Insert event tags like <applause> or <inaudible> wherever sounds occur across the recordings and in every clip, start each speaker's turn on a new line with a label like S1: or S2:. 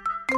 S1: いつ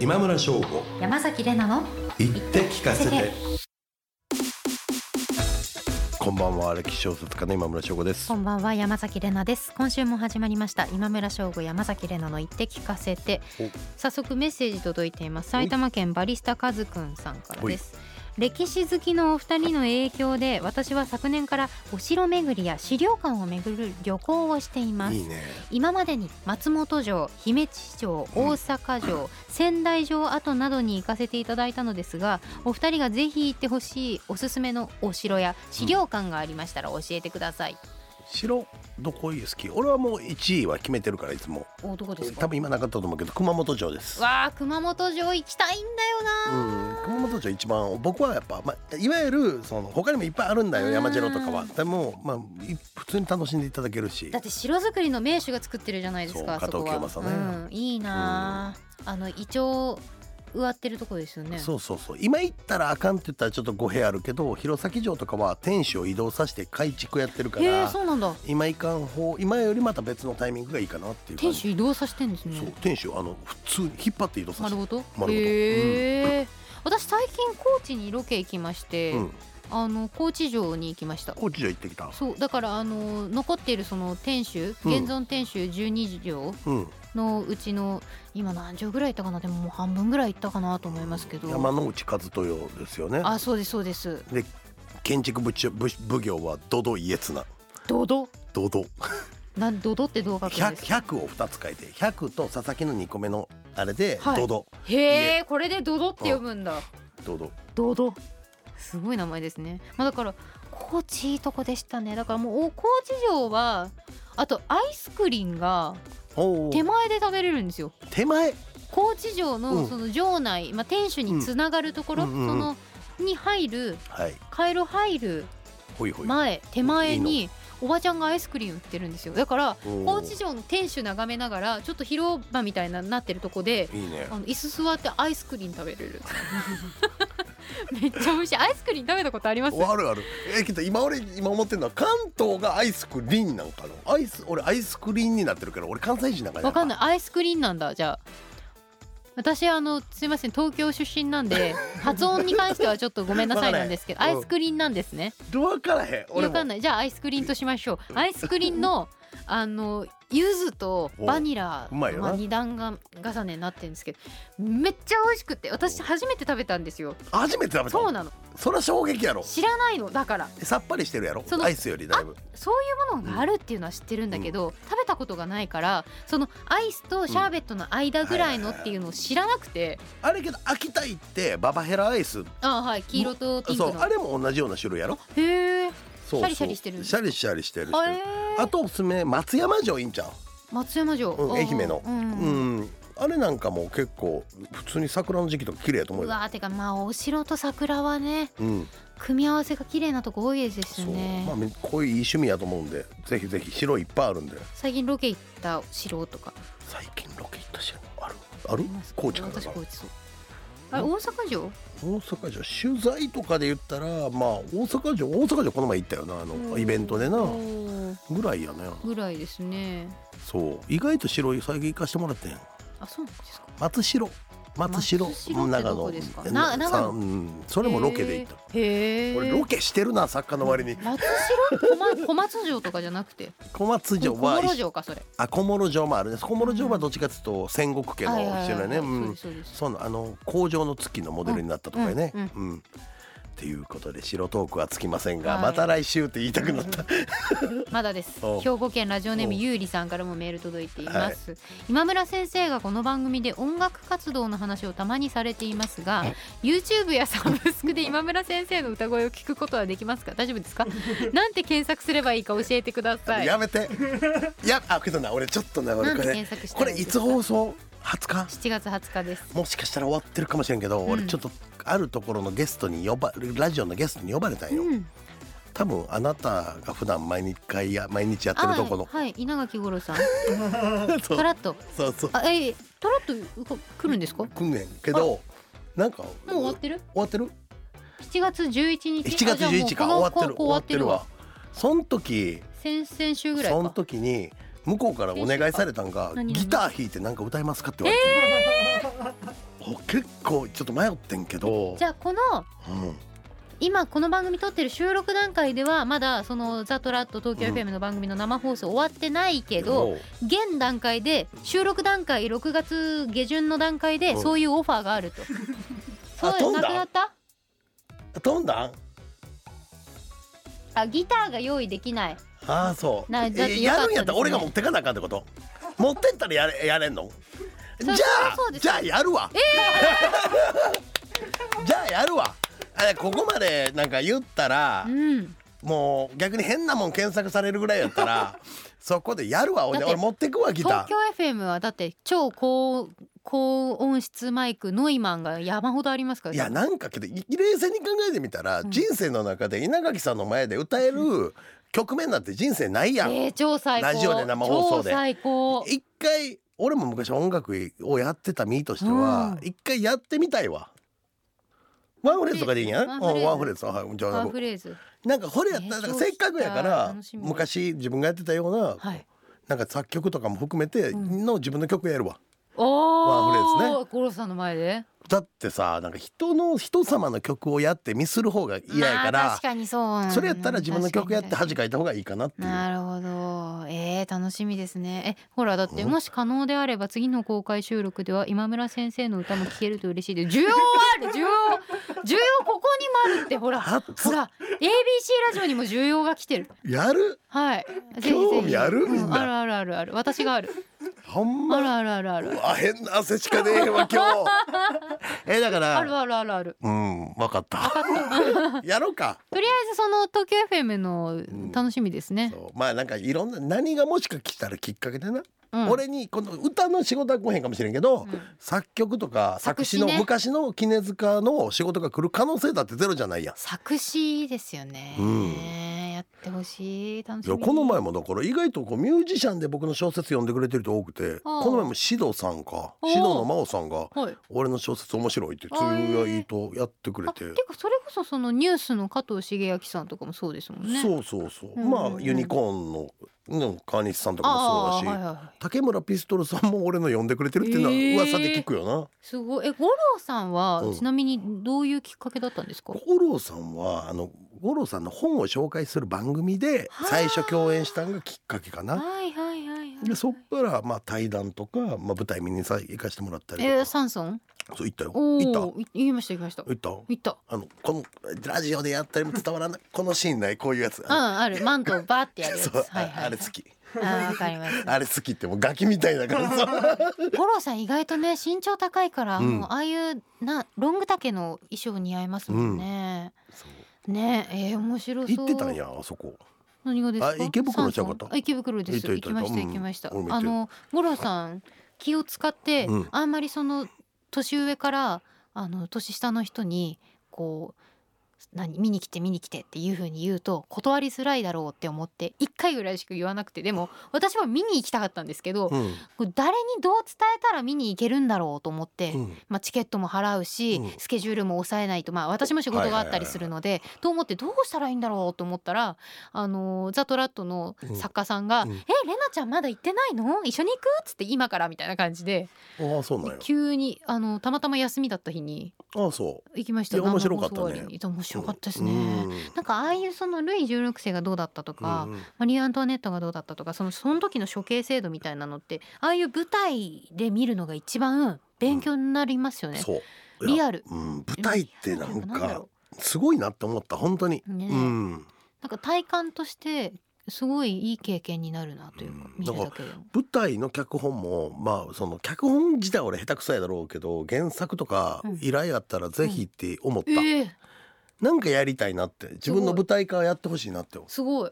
S2: 今村翔吾
S3: 山崎れなの
S2: 言って聞かせ
S3: せ
S2: て
S3: て
S2: こんばんは歴史小説家の今村翔吾です
S3: こんばんは山崎れなです今週も始まりました今村翔吾山崎れなの言って聞かせて
S2: お
S3: 早速メッセージ届いています埼玉県バリスタカズくんさんからです歴史好きのお二人の影響で私は昨年からお城巡りや資料館を巡る旅行をしています
S2: いいね
S3: 今までに松本城姫路城大阪城、仙台城跡などに行かせていただいたのですがお二人がぜひ行ってほしいおすすめのお城や資料館がありましたら教えてください、
S2: 白どこいい好き俺はもう1位は決めてるからいつも
S3: おどこです
S2: 多
S3: か
S2: 分今なかったと思うけど熊本城です
S3: わあ熊本城行きたいんだ
S2: う
S3: よな、
S2: ん、熊本城一番僕はやっぱ、まあ、いわゆるその他にもいっぱいあるんだよ
S3: うん
S2: 山城とかはでも、まあ、い普通に楽しんでいただけるし
S3: だって城造りの名手が作ってるじゃないですか
S2: そ
S3: そうこは
S2: 加藤清正ね
S3: うん、いいなあ、あのイチョウ植わってるとこですよね
S2: そうそうそう今行ったらあかんって言ったらちょっと語弊あるけど弘前城とかは天守を移動させて改築やってるか
S3: へえ
S2: ら
S3: そうなんだ
S2: 今行かん方今よりまた別のタイミングがいいかなっていう
S3: 天
S2: 感じ
S3: 守移動させてんですね
S2: そう天守あの普通に引っ張って移動させ
S3: 丸
S2: て、
S3: ごと
S2: ごと
S3: へえ、私最近高知にロケ行きまして、
S2: うん、
S3: あの高知城に行きました
S2: 高知城行ってきた
S3: そうだからあの残っているその天守現存天守12城
S2: うん
S3: のうちの今何城ぐらい行ったかなでももう半分ぐらい行ったかなと思いますけど、
S2: 山之内和豊ですよね
S3: あそうですそうです
S2: 建築部長部奉行はドド家綱
S3: ドド
S2: ドド
S3: なんドドってどう書くん
S2: 100,
S3: ですか
S2: 100を2つ書いて100と佐々木の2個目のあれで、
S3: はい
S2: ドド
S3: へえこれでドドって読むんだ
S2: ドド
S3: ドドすごい名前ですねまあだから高知いいとこでしたねだからもうお高知城はあとアイスクリンが
S2: おー
S3: 手前で食べれるんですよ
S2: 手前
S3: 高知城
S2: うん
S3: のその城内、まあ、天守につながるところ、
S2: うんうんうん
S3: そのに入る
S2: はい
S3: 回路入る
S2: ほいほい
S3: 前手前におばちゃんがアイスクリーム売ってるんですよだから
S2: お
S3: 高
S2: ー
S3: 知城の天守眺めながらちょっと広場みたいななってるとこで
S2: いいね
S3: あの椅子座ってアイスクリーム食べれる <laughs> めっちゃ美味しいアイスクリーム食べたことあります
S2: おあるあるえけど今俺今思ってるのは関東がアイスクリーンなんかなアイス俺アイスクリーンになってるから俺関西人なんか
S3: わかんないいアイスクリーンなんだじゃあ私あのすいません東京出身なん
S2: <laughs>
S3: で発音に関してはちょっとごめんなさいなんですけど
S2: わ
S3: ア
S2: かん
S3: イ
S2: ない
S3: スクリーンなんですね
S2: 分からへん俺
S3: わ
S2: も
S3: かんないじゃあアイスクリーンとしましょうアイスクリーンのあの柚子とバニラ
S2: おうまいよな
S3: あ、二段が重ねになってるんですけどめっちゃ美味しくて私初めて食べたんですよ
S2: 初めて食べた
S3: そう
S2: の
S3: なの
S2: そりゃ衝撃やろ
S3: 知らないのだから
S2: さっぱりしてるやろ
S3: その
S2: アイスよりだいぶ
S3: そういうものがあるっていうのは知ってるんだけど、食べたことがないからそのアイスとシャーベットの間ぐらいのっていうのを知らなくて、
S2: あれけど秋田行ってババヘラアイス
S3: あはい黄色とピンク
S2: そう
S3: の
S2: あれも同じような種類やろ
S3: へえ
S2: そうそう
S3: シャリシャリしてる
S2: シャリシャリしてるしてる
S3: あれ
S2: あとおすすめ松山城いいんちゃ
S3: 松山城、
S2: うん
S3: ああ
S2: 愛媛の
S3: うん
S2: う、うん、あれなんかも結構普通に桜の時期とか綺麗やと思
S3: う
S2: うよ
S3: わーてかまあお城と桜はね
S2: うん、
S3: 組み合わせが綺麗なとこ多いで
S2: そ
S3: す
S2: う
S3: よね、
S2: まあめこういういい趣味やと思うんでぜひぜひ城いっぱいあるんで
S3: 最近ロケ行った城とか
S2: 最近ロケ行った城あるある
S3: います
S2: 高知から
S3: 私
S2: か
S3: 高知そうあれ大阪城
S2: 大阪城取材とかで言ったらまあ大阪城大阪城この前行ったよなあのイベントでな
S3: おー
S2: ぐらいやね
S3: ぐらいですね
S2: そう意外と城最近行かしてもらってん
S3: あそうなんですか
S2: 松代松代
S3: 松代ってどこですかな長野
S2: さうん、それもロケで行った、
S3: へえ
S2: 俺ロケしてるな作家の割に
S3: 松城小松 <laughs> 小松城とかじゃなくて
S2: 小松
S3: 小
S2: 城は
S3: 諸城かそれ
S2: あ小諸城もあるね小諸城はどっちかっていうと戦国家の
S3: はいはいはい
S2: 城だねう
S3: そうで
S2: ん
S3: すそうです
S2: そうなあの工場の月のモデルになったとかね
S3: うん
S2: うん、っていうことで城トークはつきませんが、
S3: はい
S2: また来週って言いたくなった、
S3: まだです
S2: お
S3: 兵庫県ラジオネーム
S2: お
S3: ゆうりさんからもメール届いています、今村先生がこの番組で音楽活動の話をたまにされていますが YouTube やサブスクで今村先生の歌声を聞くことはできますか大丈夫
S2: <laughs>
S3: ですかなんて検索すればいいか教えてください
S2: やめ
S3: <laughs>
S2: てやあけどな俺ちょっとな
S3: な
S2: 俺
S3: ん
S2: こ
S3: て
S2: れ
S3: 検索した
S2: こ
S3: ら
S2: れ
S3: いい
S2: い
S3: です
S2: つ
S3: か
S2: 放送20日
S3: 7月20日です
S2: もしかしたら終わってるかもしれんけど、
S3: うん
S2: 俺ちょっとあるところのゲストに呼ばラジオのゲストに呼ばれたんよ、
S3: うん、
S2: 多分あなたが普段毎日会や毎日やってる
S3: あ
S2: ところ
S3: はい、はい稲垣吾郎さん
S2: の <laughs> そ
S3: ト
S2: う
S3: ラッと
S2: そうそう
S3: あえー、トラッとうこ来るんですかも
S2: 来んねんけどなんか
S3: う終わってる
S2: 終わってる
S3: 7月11日
S2: 7月
S3: あじゃあもう
S2: 11日か
S3: この
S2: 終わってる
S3: ここ
S2: 終わってるわそん時
S3: 先々週ぐらいか
S2: そん時に向こうからお願いされたんが
S3: 何々
S2: ギター弾いてなんか歌いますかって言われて、お結構ちょっと迷ってんけど
S3: じゃあこの
S2: うん
S3: 今この番組撮ってる収録段階ではまだその「ザ・トラット東京 FM」の番組の生放送終わってないけど、現段階で収録段階6月下旬の段階で
S2: うん
S3: そういうオファーがあると。
S2: <laughs> あ
S3: そう
S2: 飛ん
S3: な
S2: だ
S3: くなった
S2: 飛んだん
S3: あギターが用意できない
S2: ああそう
S3: なだって
S2: え
S3: よ
S2: や
S3: かった
S2: るんやったら俺が
S3: ですね
S2: 持ってかなあかんってこと持ってったらやれやれんのじ
S3: そ
S2: ゃ
S3: りゃそう
S2: あ
S3: です
S2: じゃあやるわ、 <laughs> じゃあやるわあれここまでなんか言ったら
S3: うん
S2: もう逆に変なもん検索されるぐらいやった
S3: <laughs>
S2: らそこでやるわ俺
S3: だって
S2: 俺持ってくわギタ
S3: 東京 FM はだって超高高音質マイクノイマンが山ほどありますか
S2: ー
S3: ら
S2: いやなんかけどい冷静に考えてみたら、
S3: うん
S2: 人生の中で稲垣さんの前で歌える局面なんて人生ないやん、
S3: えー、超最高
S2: ラジオで生放送で
S3: 超最高
S2: 一回俺も昔音楽をやってた身としては
S3: うん
S2: 一回やってみたいわワンフレーズとかでいいんやん
S3: ワンフレーズ
S2: うんワンフレーズはいじゃあ
S3: パーフレーズ
S2: なんかこれやったら
S3: えー
S2: なんかせっかくやか
S3: 超
S2: ら
S3: 楽しみ
S2: 昔自分がやってたような
S3: はい
S2: なんか作曲とかも含めて
S3: うん
S2: の自分の曲やるわ
S3: お
S2: ワンフレーズ
S3: ね五郎さんの前で
S2: だってさなんか人の人様の曲をやってミスる方が嫌やか
S3: まあ
S2: ら
S3: 確かにそう
S2: それやったら自分の曲やって恥
S3: か
S2: かいた方がいいかなっていう
S3: なるほどえー、楽しみですねえほらだって
S2: うん
S3: もし可能であれば次の公開収録では今村先生の歌も聴けると嬉しいで需要はある需要需要ここにもあるってほら
S2: 初
S3: ほら ABC ラジオにも需要が来てる
S2: やる
S3: はいぜひぜひ
S2: 興味あるみんな
S3: うあるあるあるある私がある
S2: ほん
S3: あ
S2: ま
S3: るあるあるあ
S2: う
S3: る
S2: わ変な汗しか出えへん
S3: <laughs>
S2: わ今日えだか
S3: ある
S2: ら
S3: あるあるある
S2: うんわかった
S3: わかった
S2: <laughs> やろうか。
S3: とりあえずその東京 FM の楽しみですね。
S2: そうまあなんかいろんな何がもしか来たらきっかけでな、
S3: うん
S2: 俺にこの歌の仕事は来へんかもしれんけど、
S3: うん
S2: 作曲とか作
S3: 作詞
S2: 詞
S3: ね
S2: の昔の杵塚の仕事が来る可能性だってゼロじゃないやん。
S3: 作詞ですよね。
S2: うん
S3: やってほしい楽し
S2: いや
S3: み。
S2: この前もだから意外とこうミュージシャンで僕の小説読んでくれてる人多くてこの前もシドさんか
S3: おう
S2: シドの真央さんが
S3: はい。
S2: 俺の小説面白いってつ
S3: あー
S2: ぶやいとやってくれ
S3: あ
S2: て
S3: てかそれこそそのニュースの加藤茂明さんとかもそうですもんね。
S2: そうそうそう、
S3: うんうん
S2: まあユニコーンの、ね、川西さんとかも
S3: あ
S2: そう
S3: あ
S2: だし
S3: はいはい。
S2: 竹村ピストルさんも俺の呼んでくれてるっていうのは噂で聞くよな。
S3: すごいえ五郎さんは、
S2: うん
S3: ちなみにどういうきっかけだったんですか。
S2: 五郎さんはあの五郎さんの本を紹介する番組で
S3: はあ
S2: 最初共演したのがきっかけかな。
S3: はいはいはいはい。
S2: でそっからまあ対談とか、まあ、舞台見にさ行かしてもらったりとか、
S3: えー、サンソン。
S2: そう行ったよ
S3: お
S2: 行った
S3: お。い言いました言いました。
S2: 行った
S3: 言った。
S2: あのこのラジオでやったりも伝わらないこのシーンないこういうやつ
S3: うんあるマントをバーってやるやつ。
S2: <laughs> そう
S3: はいはい。
S2: あれ好き
S3: あーわかります。
S2: あれ好きってもうガキみたいだからさ
S3: 五郎さん意外とね身長高いから、
S2: うん
S3: もうああいうなロング丈の衣装似合いますもんね。ねええー、面白そう。
S2: 行ってたんやあそこ
S3: 何がですか。
S2: あ池袋ちゃうかった
S3: サンソンあ池袋です。
S2: 行っ
S3: 行
S2: た行
S3: き
S2: っ
S3: ま
S2: た
S3: した
S2: うん
S3: 行きました。
S2: 俺も行っ
S3: あ
S2: てる
S3: の五郎さん気を使って、
S2: うん
S3: あんまりその年上からあの年下の人にこう。何見に来て見に来てっていう風に言うと断りづらいだろうって思って1回ぐらいしか言わなくてでも私は見に行きたかったんですけど、
S2: うん
S3: これ誰にどう伝えたら見に行けるんだろうと思って、
S2: うん
S3: まあ、チケットも払うし、
S2: うん
S3: スケジュールも抑えないと、まあ、私も仕事があったりするので、と思ってどうしたらいいんだろうと思ったら、あのーザ・トラットの作家さんが「
S2: うんうん
S3: えレナちゃんまだ行ってないの一緒に行く?」っつって「今から」みたいな感じで
S2: ああそうなんや
S3: 急にあのたまたま休みだった日に
S2: ああそう
S3: 行きました
S2: いや面白かったね
S3: 生放送終わりに面白かったですね。
S2: うん
S3: なんかああいうそのルイ16世がどうだったとか、
S2: うんうん
S3: マリー・アントワネットがどうだったとかそのその時の処刑制度みたいなのってああいう舞台で見るのが一番勉強になりますよね。
S2: そう
S3: リアル。
S2: うん、舞台ってなん
S3: なんだ
S2: か
S3: ろ
S2: すごいなって思った本当に、
S3: うね、
S2: うん、
S3: なんか体感としてすごいいい経験になるなというか、
S2: うん
S3: 見るだけでも。
S2: 舞台の脚本もまあその脚本自体俺下手くそやだろうけど原作とか
S3: うん
S2: 依頼あったらぜひって思った、
S3: ええ
S2: なんかやりたいなって自分の舞台化やってほしいなって思う
S3: すごい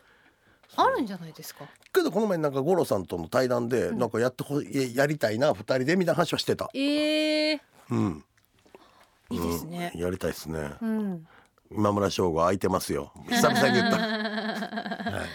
S3: あるんじゃないですか。
S2: けどこの前なんか五郎さんとの対談で
S3: うん
S2: なんかやってほややりたいな二人でみたいな話はしてた、
S3: ええ
S2: うん、
S4: いいですね
S2: うん、やりたいですね
S3: うん。
S2: 今村翔吾空いてますよ久々に言った、はい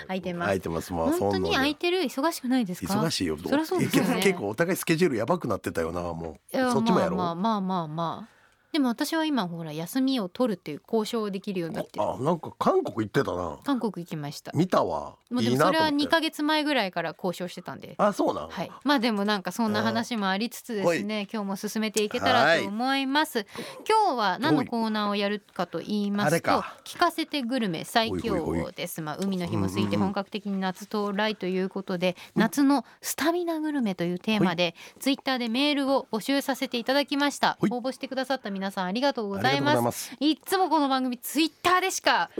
S3: <laughs> 空いてます
S2: 空いてますまあ
S3: 本当に空い
S2: て
S3: てる忙しくないですか
S2: 忙しいよ
S3: そりゃそうですよね
S2: 結構お互いスケジュールやばくなってたよなも
S3: いや
S2: うそっちもやろう、
S3: まあまあまあまあまあでも私は今ほら休みを取るっていう交渉をできるようになって
S2: あなんか韓国行ってたな
S3: 韓国行きました
S2: 見たわ
S3: もう
S2: い
S3: で
S2: い
S3: も
S2: なと
S3: そ
S2: 思
S3: れ
S2: っ
S3: は
S2: て
S3: 2ヶ月前ぐらいから交渉してたんで
S2: あそうなん、
S3: はい、まあでもなんかそんな話もありつつですね今日も進めていけたらと思います今日は何のコーナーをやるかと言いま
S2: あれ
S3: すと
S2: か
S3: 聞かせてグルメ最強
S2: おいおいお
S3: 王
S2: い
S3: ですまあ海の日も過ぎ
S2: うんうん
S3: て
S2: うん
S3: 本格的に夏到来ということで夏のスタミナグルメというテーマでツイッターでメールを募集させていただきました
S2: ほい
S3: 応募してくださった皆さんありがとうご
S2: あ
S3: ざ
S2: り
S3: い
S2: がとうござい
S3: ま
S2: ますす
S3: いつもこの番組ツイッターでしか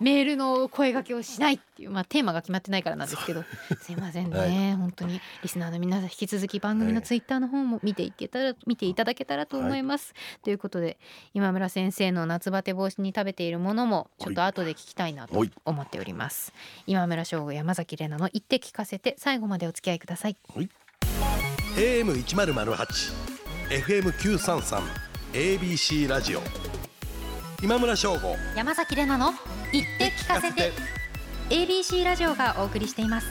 S3: メールの声掛けをしないっていう、まあ、テーマが決まってないからなんです <laughs> けどすいませんね、
S2: は
S3: 本当にリスナーの皆さん引き続き番組のツイッターの方も見ていけたら見ていただけたらと思います。ということで今村先生の夏バテ防止に食べているものもちょっと後で聞きたいなと
S2: はい
S3: 思っております。今村翔吾山崎怜奈の言って聞かせて最後までお付き合いください。
S2: AM 一ゼロゼ八、FM 九三三、ABC ラジオ。今村翔吾。
S3: 山崎怜奈の言って聞かせて ABC ラジオがお送りしています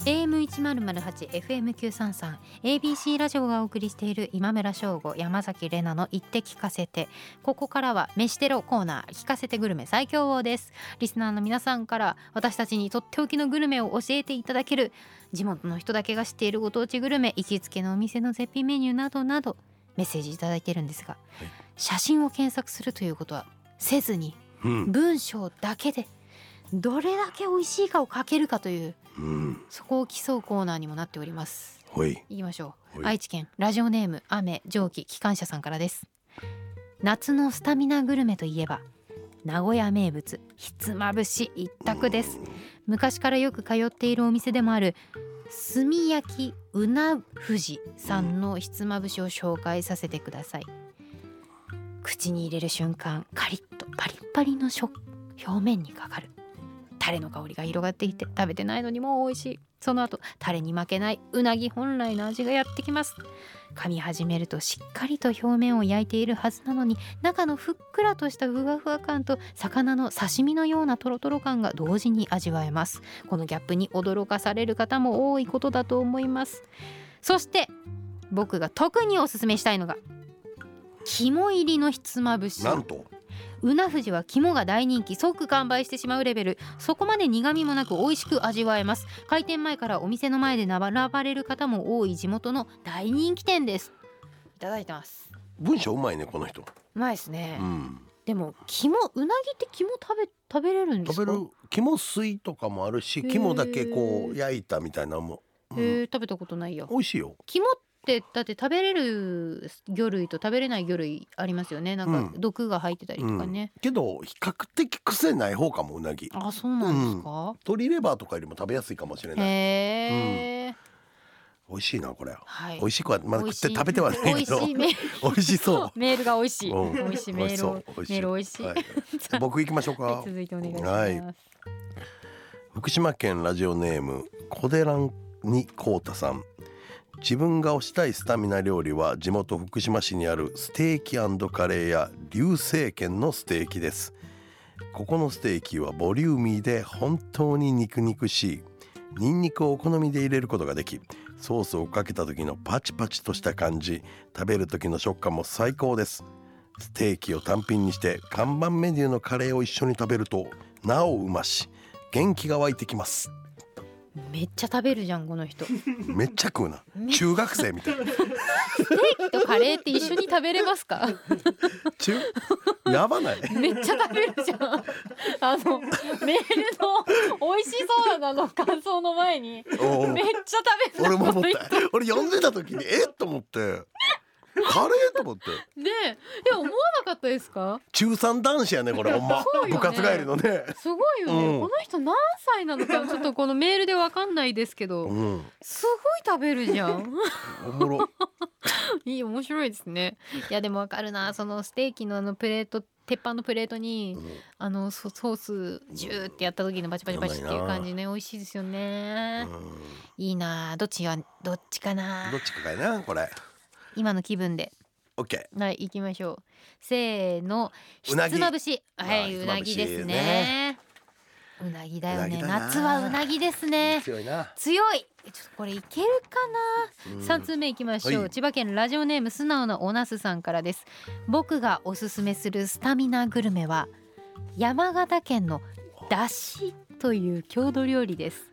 S3: AM1008 FM933 ABC ラジオがお送りしている今村翔吾山崎れなの言って聞かせてここからは飯テロコーナー聞かせてグルメ最強王ですリスナーの皆さんから私たちにとっておきのグルメを教えていただける地元の人だけが知っているご当地グルメ行きつけのお店の絶品メニューなどなどメッセージいただいてるんですが、
S2: い
S3: 写真を検索するということはせずに
S2: うん、
S3: 文章だけでどれだけ美味しいかを書けるかという
S2: うん、
S3: そこを競うコーナーにもなっております
S2: ほい。
S3: いきましょう、
S2: はい
S3: 愛知県ラジオネーム雨蒸気機関車さんからです夏のスタミナグルメといえば名古屋名物ひつまぶし一択です昔からよく通っているお店でもある炭焼きうな富士さんのひつまぶしを紹介させてください口に入れる瞬間カリッとパリッパリの食表面にかかるタレの香りが広がっていて食べてないのにもう美味しいその後タレに負けないうなぎ本来の味がやってきます噛み始めるとしっかりと表面を焼いているはずなのに中のふっくらとしたふわふわ感と魚の刺身のようなとろとろ感が同時に味わえますこのギャップに驚かされる方も多いことだと思いますそして僕が特におすすめしたいのが肝入りのひつまぶし
S2: なんと。
S3: うなふじは肝が大人気即完売してしまうレベルそこまで苦味もなく美味しく味わえます開店前からお店の前で並ばれる方も多い地元の大人気店ですいただいてます
S2: 文章うまいね、この人。
S3: うまいですね、
S2: うん。
S3: でも肝うなぎって肝食べ食べれるんです
S2: 食
S3: か
S2: べる肝水とかもあるし、
S3: へー
S2: 肝だけこう焼いたみたいなのも。うん
S3: へえ食べたことないよ
S2: 美味しいよ。
S3: 肝ってだって食べれる魚類と食べれない魚類ありますよねなんか
S2: うん
S3: 毒が入ってたりとかね、
S2: けど、比較的癖ない方かも、うなぎ。
S3: あそうなんですか、
S2: 鶏レバーとかよりも食べやすいかもしれ
S3: へ
S2: ない。
S3: え、
S2: 美味しいな、これ。
S3: はい
S2: 美味しくは、まだ食
S3: 美味
S2: っ
S3: してい
S2: 食べてはないけど。
S3: 美味し
S2: 美
S3: いメール
S2: <laughs> 味しそう。
S3: メールが美味しい。
S2: うん
S3: 美味しいメールを。メ
S2: 美味しそう
S3: ール美味しい。
S2: は
S3: はい
S2: 僕行きましょうか。
S3: い、続いてお願いし
S2: は
S3: ます。
S2: 福島県ラジオネームコデランニコータさん自分が推したいスタミナ料理は地元福島市にあるステーキカレーや流星軒のステーキですここのステーキはボリューミーで本当に肉肉しいニンニクをお好みで入れることができソースをかけた時のパチパチとした感じ食べる時の食感も最高ですステーキを単品にして看板メニューのカレーを一緒に食べるとなおうまし元気が湧いてきます
S3: めっちゃ食べるじゃんこの人。ス
S2: めっちゃ食うな中学生みたいな
S3: テーキとカレーって一緒に食べれま
S2: <laughs>
S3: すか？
S2: 中やばない
S3: めっちゃ食べるじゃん。あのメールの美味しそうなの感想の前にめっち
S2: おう
S3: ゃ食べる
S2: 俺
S3: な。
S2: も思っ
S3: この人
S2: た俺呼んでた時にえっと思ってカレーと思って
S3: ねえ、でも思わなかったですか？
S2: 中3男子やねこれほんま、
S3: そうよね
S2: 部活帰りのね
S3: すごいよね。
S2: うん
S3: この人何歳なのかちょっとこのメールでわかんないですけど、
S2: うん
S3: すごい食べるじゃん。
S2: おもろ
S3: <laughs> いい面白いですねいやでもわかるなそのステーキのあのプレート鉄板のプレートに
S2: うん
S3: あのソソースジューってやった時のバチバチバチっていう感じね美味しいですよね、
S2: うん
S3: いいなどっちがどっちかな
S2: どっちかかいなこれ
S3: 今の気分で
S2: OK
S3: はい行きましょうせーのひ
S2: うなぎ
S3: つまぶしは
S2: あ
S3: い
S2: ー
S3: うなぎですねうなぎだよね
S2: うなぎだな
S3: 夏はうなぎですね
S2: 強いな、
S3: 強いちょっとこれいけるかな
S2: うん
S3: 三通目いきましょう、
S2: はい
S3: 千葉県ラジオネーム素直なおなすさんからです僕がおすすめするスタミナグルメは山形県のだしという郷土料理です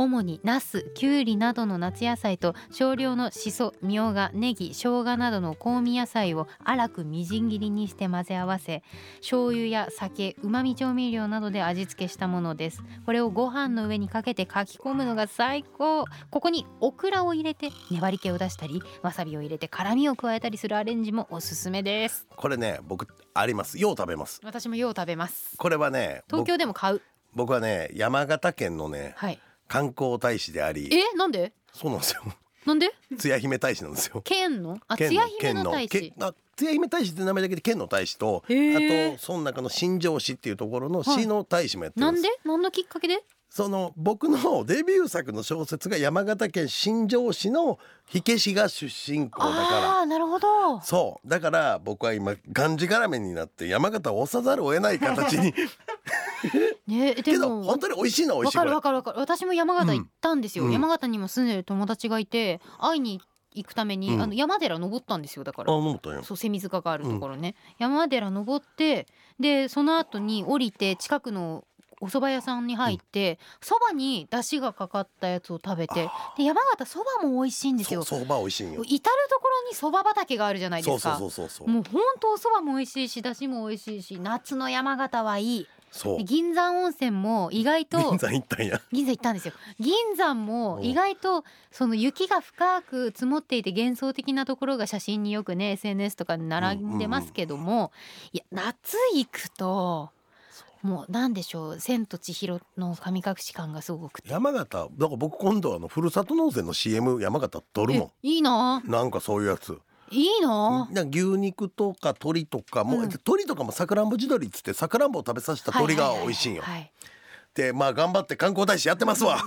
S3: 主にナス、キュウリなどの夏野菜と少量のシソ、みょうが、ネギ、生姜などの香味野菜を粗くみじん切りにして混ぜ合わせ醤油や酒、うまみ調味料などで味付けしたものですこれをご飯の上にかけてかき込むのが最高ここにオクラを入れて粘り気を出したりわさびを入れて辛みを加えたりするアレンジもおすすめです
S2: これね僕ありますよう食べます
S3: 私もよう食べます
S2: これはね
S3: 東京でも買う
S2: 僕僕はね山形県のね
S3: はい
S2: 観光大使であり
S3: えなんで
S2: そうなんですよ
S3: なんで
S2: つや姫大使なんですよ
S3: 県のあつ
S2: 県
S3: や
S2: の
S3: 姫の大
S2: 県
S3: 使
S2: のけあつや姫大使って名前だけで県の大使とあ
S3: へー
S2: とその中の新庄市っていうところの
S3: はい
S2: 市の大使もやってる
S3: なん
S2: で
S3: ん
S2: す、
S3: で何のきっかけで
S2: その僕のデビュー作の小説が山形県新庄市の火消しが出身校だから
S3: ああーなるほど
S2: そうだから僕は今がんじがらめになって山形を押さざるを得
S3: <laughs>
S2: ない形に
S3: ね
S2: け
S3: で
S2: ど
S3: も
S2: 本当に美味しいのは美
S3: わ
S2: 味しいこ
S3: かる
S2: れ
S3: わかるわかる私も山形行ったんですよ、
S2: うん
S3: 山形にも住んでる友達がいて会いに行くために、
S2: うん
S3: あの山寺登ったんですよだから
S2: あ思ったよ
S3: そう蝉塚があるところね、山寺登ってでその後に降りて近くのお蕎麦屋さんに入ってそば、に出汁がかかったやつを食べてで山形そばも美味しいんです
S2: そ
S3: よ
S2: うそば美味しいんよ
S3: 至る所にそば畑があるじゃないで
S2: そう
S3: す
S2: そう
S3: か
S2: そうそうそう
S3: もう本当お蕎麦も美味しいし出汁も美味しいし夏の山形はいい
S2: そう
S3: で銀山温泉も意外と
S2: 銀座行ったんや
S3: 銀山行ったんですよ銀山も意外とその雪が深く積もっていて幻想的なところが写真によくね SNS とかに並んでますけども、いや夏行くともうなんでしょう「千と千尋の神隠し感」がすごくて
S2: 山形だから僕今度あのふるさと納税の CM 山形撮るも
S3: えいいなん
S2: なんかそういうやつ
S3: いいな
S2: なんか牛肉とか鶏とかも、
S3: うん
S2: 鶏とかもさくらんぼ地鶏っつってさくらんぼを食べさせた鶏が美味しいんよ、
S3: はいはい
S2: でまあ頑張って観光大使やってます
S3: <laughs>
S2: わ
S3: は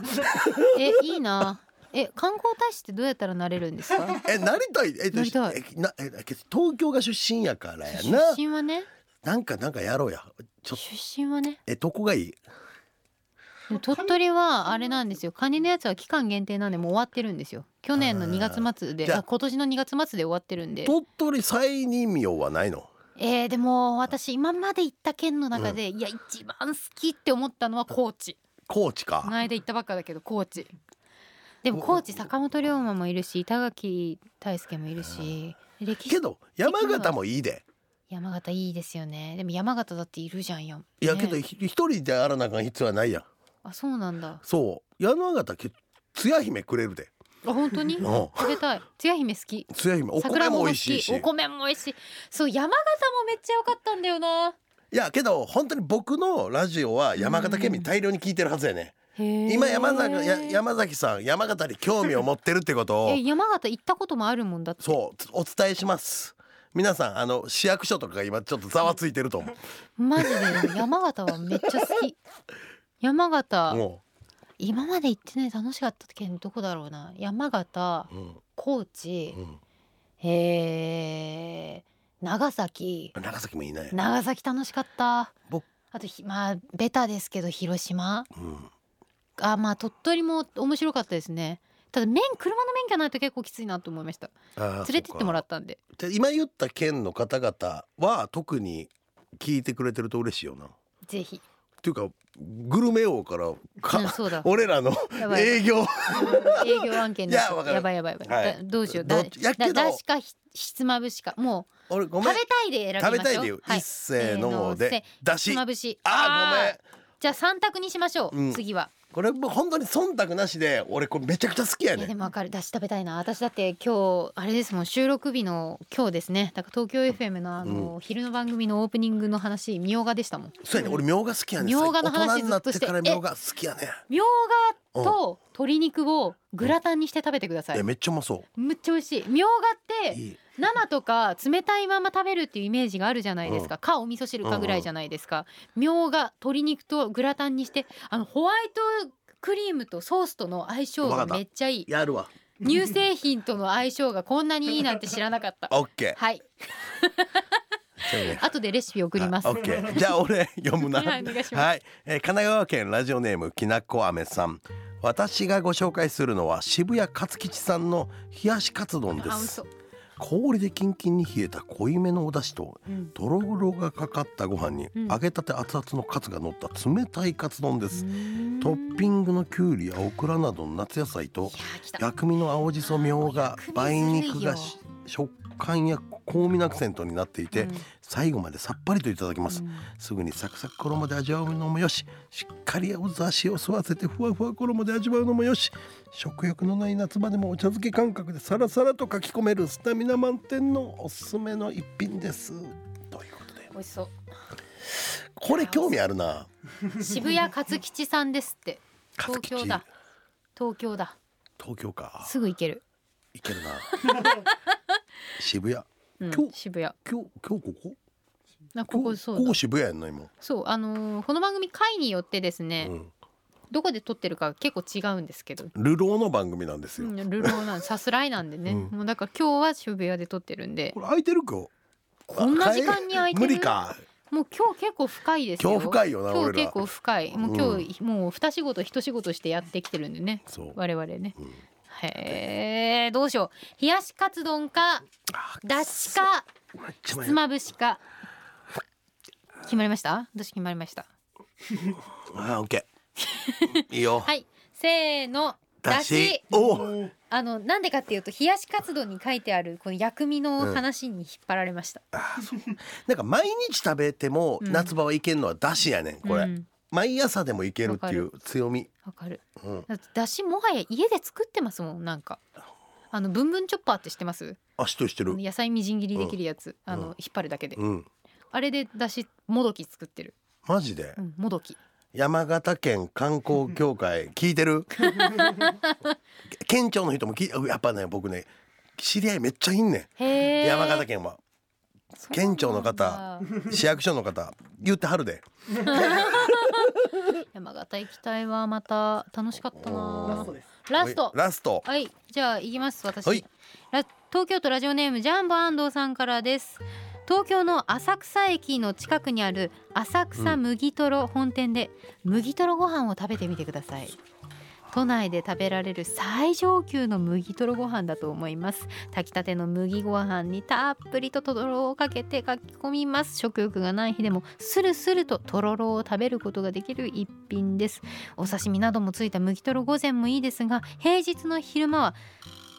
S3: いえいいなえ観光大使ってどうやったらなれるんで
S2: <laughs>
S3: すか
S2: えなりたいえっと
S3: なりたい
S2: えなええ東京が出身やからやな
S3: 出身はね
S2: なんかなんかやろうや。ちょっと
S3: 出身はね
S2: えどこがいい？
S3: でも鳥取はあれなんですよカニのやつは期間限定なんでもう終わってるんですよ去年の
S2: あー
S3: 2月末
S2: じ
S3: で
S2: ゃあ
S3: あ今年の2月末で終わってるんで
S2: 鳥取再任用はないの。
S3: えー、でも私今まで行った県の中で、いや一番好きって思ったのは高知
S2: 高知
S3: この
S2: か。
S3: 間行ったばっかだけど高知でも
S2: お
S3: 高知坂本龍馬もいるし板垣大輔もいるし歴
S2: け
S3: 史
S2: ど山形もいいで。
S3: 山形いいですよねでも山形だっているじゃんよ
S2: いや
S3: ね
S2: けどひ一人でやらなあかん必要はないやん。
S3: あそうなんだ
S2: そう山形けつや姫くれるで。
S3: あ本当
S2: <laughs>
S3: に
S2: うん
S3: 食べたいつや姫好き
S2: つや姫お米
S3: 桜も
S2: も
S3: 美
S2: 美
S3: 味
S2: 味しい
S3: しい
S2: し。
S3: お米も美味しいそう山形もめっちゃ良かったんだよない
S2: やけど本当に僕のラジオは山形県民大量に聞いてるはずやね。今
S3: 今
S2: 山崎や山崎さん山形に興味を持ってるってことを
S3: え山形行ったこともあるもんだって
S2: そうつお伝えします。皆さんあの市役所とかが今ちょっとざわついてると思
S3: マジ
S2: <laughs>
S3: で山形はめっちゃ好き山
S2: う。
S3: 形
S2: も
S3: 今まで行ってね楽しかった県どこだろうな山形
S2: う。うん
S3: 高知
S2: うん
S3: えー長崎
S2: 長崎もいいね。
S3: 長崎楽しかった
S2: 僕
S3: あとひまあベタですけど広島
S2: うん、
S3: あまあ鳥取も面白かったですねただ免車の免許ないと結構きついなと思いました
S2: 連
S3: 連れてってもら
S2: っ
S3: ったんで
S2: て今言った県の方々は特に聞いてくれてると嬉しいよな。っ
S3: ぜひ、
S2: ていうかグルメ王からか、
S3: うん、そうだ
S2: 俺らの
S3: やばい
S2: 営業
S3: 営業案件で
S2: い
S3: す
S2: やわかる
S3: やばいやばいやばい、
S2: はい
S3: だどうしよう
S2: ど
S3: だ
S2: っちやけ
S3: だ
S2: ど
S3: だしかひひつまぶしかもう
S2: 俺ご
S3: 食べ
S2: めん
S3: たいで選
S2: 食
S3: び
S2: べ
S3: ま
S2: た
S3: し
S2: い
S3: ょ
S2: でいうう、
S3: はい
S2: 一せーの
S3: せー
S2: でだ
S3: ひつ
S2: し
S3: まぶし
S2: あーごめん
S3: ーじゃあ三択にしましょう、
S2: うん
S3: 次は、
S2: これもう本当に忖度なしで俺これめちゃくちゃ好きや
S3: え
S2: ね
S3: で
S2: ん
S3: もわかるだし食べたいな私だって今日あれですもん収録日の今日ですねだから東京 FM のあの、昼の番組のオープニングの話みょうがでしたもん
S2: そうやね俺みょうが好きやねん
S3: みょうがの
S2: 最近大
S3: 話
S2: 人になっ
S3: ず
S2: て
S3: っとして
S2: からみょうが好きやねん
S3: みょう
S2: うん
S3: と鶏肉をグラタンにして食べてくださ
S2: え
S3: い
S2: めっちゃうまそ
S3: むっちゃ美味しいみょうが
S2: う
S3: っ
S2: い
S3: て
S2: い
S3: 生とか冷たいまま食べるっていうイメージがあるじゃないですか、かお味噌汁かぐらいじゃないですかみょうが鶏肉とグラタンにしてあのホワイトクリームとソースとの相性
S2: わか
S3: が
S2: った
S3: めっちゃいい
S2: やるわ
S3: 乳製品との相性がこんなにいいなんて知らなか
S2: <laughs>
S3: った
S2: オッケ
S3: はい
S2: ーじゃあね
S3: 後でレシピ送ります
S2: はいオッケーじゃあ俺読むな
S3: はいお願いします
S2: はい、えー神奈川県ラジオネームきなこあめさん私がご紹介するのは渋谷勝吉さんの冷やしカツ丼で
S3: あ美味し
S2: す
S3: そう
S2: 氷でキンキンに冷えた濃いめのお出汁と
S3: うん
S2: とろろがかかったご飯に
S3: うん
S2: 揚げたて熱々のカツが乗った冷たいカツ丼です、トッピ
S3: ン
S2: ングのきゅうりやオクラなどの夏野菜と
S3: いやー来た
S2: 薬味の青じそみょうが
S3: 薬味
S2: 梅肉がし
S3: ず
S2: 食感や香味のアクセントになっていて、
S3: うん
S2: 最後までさっぱりといただきます、
S3: うん
S2: すぐにサクサク衣で味わうのもよししっかりお雑しを吸わせてふわふわ衣で味わうのもよし食欲のない夏場でもお茶漬け感覚でサラサラとかき込めるスタミナ満点のおすすめの一品ですということで
S3: 美味しそう
S2: これ興味あるな
S3: 渋谷勝吉さんですって
S2: 勝吉
S3: 東京だ東京だ
S2: 東京か
S3: すぐ行ける、
S2: いけるな <laughs> 渋谷
S3: うん
S2: 今、日
S3: 渋谷
S2: 今日今日ここ
S3: なここそう
S2: こ
S3: だ
S2: こ渋谷やんな今、
S3: そうあのーこの番組回によってですね、
S2: うん
S3: どこで撮ってるか結構違うんですけど、
S2: 流浪の番組なんです
S3: う
S2: よ、
S3: ん、ルローなんさすらいなんでね、
S2: うん
S3: もうだから今日は渋谷で撮ってるんで
S2: これ空いてる今日
S3: こんな時間に空いてる
S2: 無理か
S3: もう今日結構深いですよ
S2: 今日深いよな
S3: 今
S2: 俺
S3: 日
S2: ら
S3: 結構深いもう今日、もう二仕事一仕事してやってきてるんでね
S2: そう
S3: 我々ね
S2: うん
S3: へえどうしよう冷やしカツ丼か
S2: あ
S3: だしか
S2: めっちゃ
S3: ひ
S2: 迷
S3: つ
S2: う
S3: まぶしか決まりました私決まりました
S2: あオッケ
S3: <laughs>
S2: ーいいよ
S3: はいせーの
S2: だ
S3: だ
S2: し
S3: し
S2: おう
S3: あのなんでかっていうと冷やしカツ丼に書いてあるこの薬味の話に引っ張られました、
S2: なんか毎日食べても
S3: うん
S2: 夏場はいけんのはだしやねんこれ、
S3: うん
S2: 毎朝でもいけるっていう強み
S3: わかる
S2: うん
S3: だってだしもはや家で作ってますもんなんかあのブンブンチョッパーって知ってます
S2: あしとしてる
S3: 野菜みじん切りできるやつ、あの
S2: うん
S3: 引っ張るだけで、
S2: うん
S3: あれでだしもどき作ってる、
S2: マジで
S3: うん、もどき
S2: 山形県観光協会聞いてる県庁の人も聞いやっぱね僕ね知り合いめっちゃいんね
S3: へ
S2: ん
S3: え
S2: 山形県は県庁の方市役所の方言ってはるで
S3: <laughs> 山形行きたいわまた楽しかった
S4: ラ
S3: な
S4: ストです。
S3: ラスト
S2: ラスト
S3: はいじゃあ行きます私、
S2: はい
S3: ラ東京都ラジオネームジャンボ安藤さんからです東京の浅草駅の近くにある浅草麦とろ本店で麦とろご飯を食べてみてください都内で食べられる最上級の麦とろご飯だと思います炊きたての麦ご飯にたっぷりととろろをかけてかき込みます食欲がない日でもスルスルととろろを食べることができる一品ですお刺身などもついた麦とろ御膳もいいですが平日の昼間は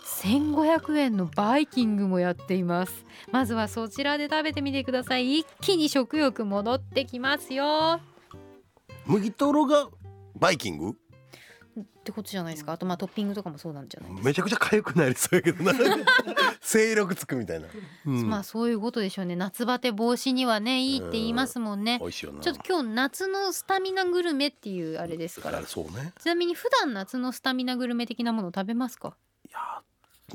S3: 1500円のバイキングもやっていますまずはそちらで食べてみてください一気に食欲戻ってきますよ
S2: 麦とろがバイキング
S3: ってことじゃないですかあとまあトッピングとかもそうなんじゃないですか
S2: めちゃくちゃ痒くなりそうやけどな
S3: <laughs>
S2: 精力つくみたいな、うん
S3: まあそういうことでしょうね夏バテ防止にはねいいって言いますもんね
S2: 美味しいよな
S3: ちょっと今日夏のスタミナグルメっていうあれです
S2: だ
S3: か
S2: かららそうね
S3: ちなみに普段夏のスタミナグルメ的なものを食べますか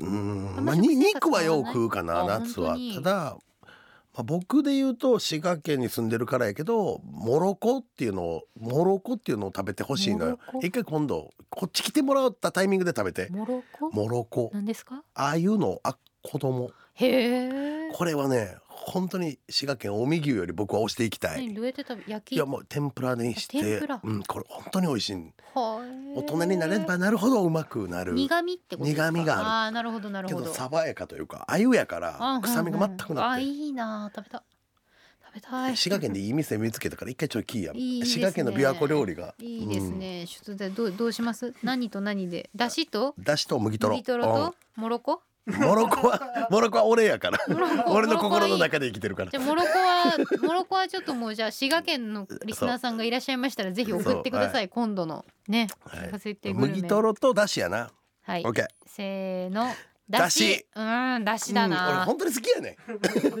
S2: うーんま
S3: ま
S2: あ、
S3: あ
S2: に
S3: 食生活
S2: 肉はよう
S3: 変わらない
S2: 食うかな
S3: あ
S2: 夏は
S3: 本当に
S2: ただ、まあ、僕で言うと滋賀県に住んでるからやけどモロコっていうのをモロコっていうのを食べてほしいのよ
S3: モロコ
S2: 一回今度こっち来てもらったタイミングで食べて
S3: モロコ
S2: モロコ
S3: なんですか
S2: ああいうのあ子供
S3: へえ
S2: これはね本当に滋賀県近江牛より僕は推していきたい、
S3: 何どうやって食べ焼
S2: い
S3: き
S2: や
S3: は
S2: もう天ぷらにして
S3: あ天ぷら
S2: うん、これ本当に美味しい
S3: い
S2: 大人になればなるほどうまくなる
S3: 苦味ってことですか
S2: 苦味がある
S3: あーなるほどなる
S2: け
S3: ほ
S2: ど
S3: ど
S2: 爽やかというかあゆやから
S3: あ
S2: 臭みが全くな
S3: あ
S2: くて
S3: いいな食べた食べたい
S2: 滋賀県でいい店見つけたから一回ちょい聞いや
S3: いいですね
S2: 滋賀県の琵琶湖料理が
S3: いいですね、ちょっとでどうどうします何と何でだしと
S2: うんだしと麦とろ
S3: 麦とろとモロコ
S2: うんモロコは
S3: <laughs>
S2: モロコは俺やから
S3: モロコ
S2: <laughs> 俺の
S3: モロコは
S2: 心
S3: いい
S2: の中で生きてるから
S3: じゃあモロコはモロコはちょっともうじゃあ滋賀県のリスナーさんがいらっしゃいましたらぜひ送ってください、
S2: そう
S3: 今度のね
S2: はい
S3: 聞かせてグルメ
S2: 麦とろとだしやな
S3: はい
S2: オッケー
S3: せーの
S2: だ
S3: だ
S2: し
S3: しうーんだしだ
S2: うん俺
S3: なわ
S2: 本当に好きやね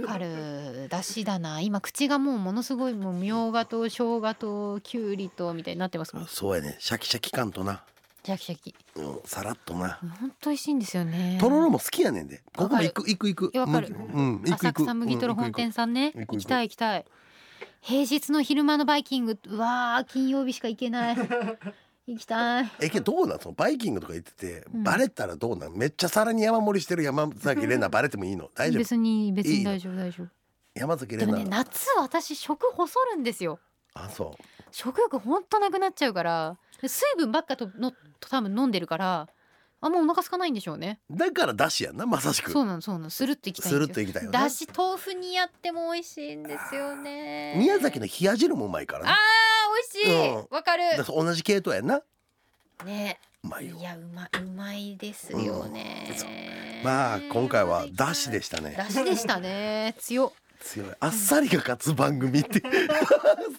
S3: かるだしだな今口がもうものすごいもうみょうがと生姜ときゅうりとみたいになってますもん
S2: そうやねシャキシャキ感とな
S3: シャキシャキ
S2: うんさらっとな
S3: 本当美味しいんですよね
S2: とろろも好きやねんでここも行く行く行く
S3: わかる
S2: うん行く行
S3: 浅
S2: く
S3: 草麦とろ本店さん
S2: 行
S3: ね
S2: く行く
S3: 行きたい行きたい平日の昼間のバイキングうわー金曜日しか行けない行きたい
S2: えけどどうなんそのバイキングとか言ってて、
S3: うん
S2: バレたらどうなんめっちゃ皿に山盛りしてる山崎怜奈バレてもいいの大丈夫
S3: 別に別
S2: いい
S3: に
S2: の
S3: 大丈夫大丈夫
S2: 山崎
S3: で
S2: 怜
S3: もね
S2: 奈、
S3: 夏私食細るんですよ
S2: あそう
S3: 食欲ほんとなくなっちゃうからで水分ばっかとのと多分飲んでるからあんまお腹空かないんでしょうね
S2: だからだしやんなまさしく
S3: そうなのそうなのスルッといきたい
S2: す
S3: ん
S2: る
S3: で
S2: っ
S3: すよ
S2: といきたいよね
S3: だし豆腐にやっても美味しいんですよね
S2: 宮崎
S3: の
S2: の冷や汁もうまいから
S3: あ
S2: ね
S3: ー美味しい
S2: うん
S3: わかる
S2: だから同じ系統やんな
S3: ね
S2: うまいよ
S3: いやうまうまいですよね、
S2: まあ今回はだしでしたね
S3: だしでしたね強っ
S2: 強いあっさりが勝つ番組ってス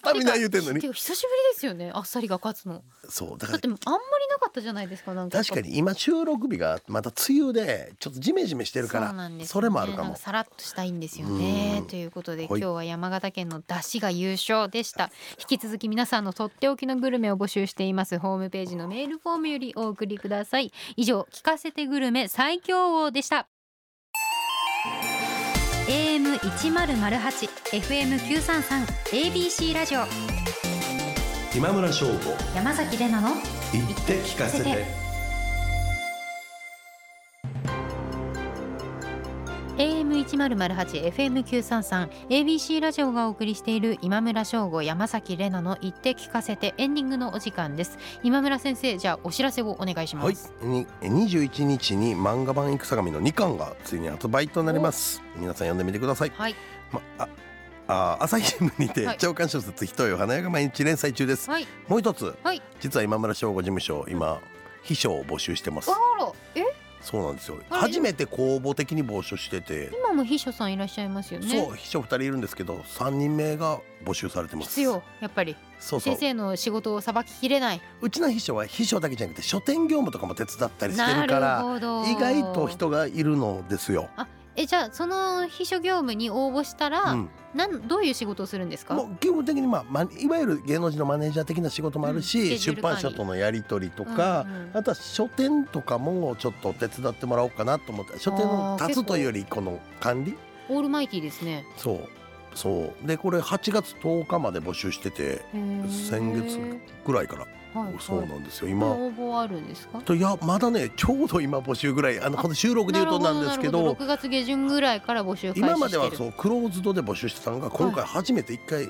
S2: タミナ言うてんの
S3: て
S2: に
S3: か久しぶりですよねあっさりが勝つの
S2: そうだか
S3: だ
S2: ら
S3: ってあんまりなかったじゃないですかなんか
S2: 確かに今収録日がまた梅雨でちょっとジメジメしてるから
S3: そうなんですよね
S2: それもあるか
S3: なん
S2: も
S3: さらっとしたいんですよね
S2: うん
S3: ということで
S2: ほ
S3: 今
S2: い
S3: 日は山形県の出汁が優勝でした引き続き皆さんのとっておきのグルメを募集していますホームページのメールフォームよりお送りください以上聞かせてグルメ最強王でした AM 一ゼロゼロ八、FM 九三三、ABC ラジオ、
S2: 今村翔吾
S3: 山崎れなの。
S2: 言って聞か
S3: せて AM 一ゼロゼロ八、FM 九三三、ABC ラジオがお送りしている今村翔吾、山崎れなの言って聞かせてエンディングのお時間です。今村先生、じゃあお知らせをお願いします。
S2: はい、に21日に漫画版戦神の2巻がついに発売となります皆さん読んでみてください、
S3: はい、
S2: ま、ああ朝日新聞にて
S3: はい
S2: 長官小説「ひとよ花屋」が毎日連載中です、
S3: はい、
S2: もう一つ、
S3: はい
S2: 実は今村翔吾事務所今秘書を募集してます
S3: あら、え、
S2: そうなんですよ
S3: あれ
S2: 初めて公募的に募集してて、
S3: 今も秘書さんいらっしゃいますよね。
S2: そう秘書2人いるんですけど3人目が募集されてます
S3: 必要、やっぱり、
S2: そうそう
S3: 先生の仕事をさばききれない。
S2: うちの秘書は秘書だけじゃなくて書店業務とかも手伝ったりして
S3: な
S2: るから
S3: ほど
S2: 意外と人がいるのですよ、
S3: えじゃあその秘書業務に応募したら、
S2: うん、
S3: なんどういう仕事をするんですか
S2: もう基本的に、まあま、いわゆる芸能人のマネージャー的な仕事もある
S3: うん
S2: し、
S3: スケジュ
S2: 出
S3: ール管
S2: 版
S3: 理
S2: 社とのやり取りとか、
S3: うんうん
S2: あとは書店とかもちょっと手伝ってもらおうかなと思って書店の
S3: あー
S2: 立つというよりこの管理
S3: オールマイティーですね
S2: そうそうでこれ8月10日まで募集してて
S3: へー
S2: 先月ぐらいから、
S3: はい
S2: そうなんですよ今、
S3: はい、応募あるんですか
S2: といやまだねちょうど今募集ぐらいあの
S3: あ
S2: この収録で言うとなんですけど
S3: なるほなるほ6月下旬ぐらいから募集開始してる
S2: 今まではそうクローズドで募集してたのが今回初めて一回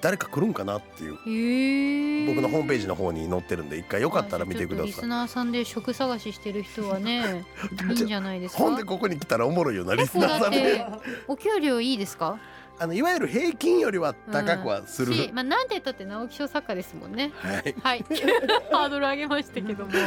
S2: 誰か来るんかなっていう、
S3: へー
S2: 僕のホームページの方に載ってるんで一回よかったら見てくだ
S3: あじゃあちょっとリ
S2: さ
S3: ス
S2: い。
S3: ナーさんで職探ししてる人は
S2: <laughs>
S3: ねいいんじゃないですか
S2: ほんでここに来たらおもろいよなリス
S3: 結構
S2: ナー
S3: だ
S2: さ
S3: っ
S2: んで
S3: てお給料いいですか
S2: あのいわゆる平均よりは高くはする、
S3: し、まあ、なんて言ったって直木賞作家ですもんね
S2: はい
S3: はい <laughs> ハードル上げましたけども
S2: はい、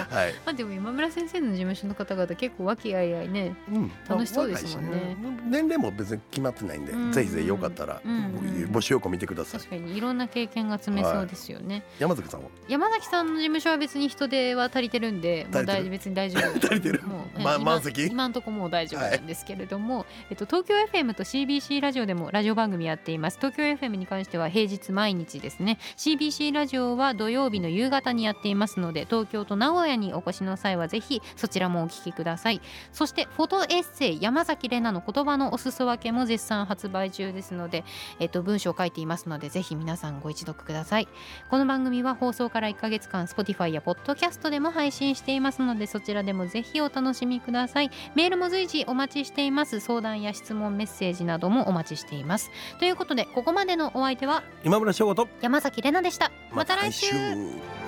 S3: まあでも今村先生の事務所の方々結構和気あいあいね
S2: うん
S3: 楽しそうですもんね
S2: 若いし年齢も別に決まってないんで、
S3: うん
S2: ぜひぜひよかったら、
S3: うんうん
S2: 募集よく見てください
S3: 確かにいろんな経験が詰めそうですよね、
S2: 山崎さんは
S3: 山崎さんの事務所は別に人手は足りてるんでもう
S2: 足りて
S3: 大
S2: る
S3: 別に大丈夫
S2: <laughs> 足りてる
S3: もう
S2: ま
S3: 今
S2: 満席
S3: 今のとこもう大丈夫なんですけれども、えっと、東京 FM と CBC ラジオでもラジオ番組やっています東京 FM に関しては平日毎日ですね CBC ラジオは土曜日の夕方にやっていますので東京と名古屋にお越しの際はぜひそちらもお聞きくださいそしてフォトエッセイ山崎怜奈の言葉のお裾分けも絶賛発売中ですので、えっと、文章を書いていますのでぜひ皆さんご一読くださいこの番組は放送から1ヶ月間 Spotify や Podcast でも配信していますのでそちらでもぜひお楽しみくださいメールも随時お待ちしています相談や質問メッセージなどもお待ちしていますということでここまでのお相手は
S2: 今村翔吾と
S3: 山崎れなでしたまた来週
S2: また来週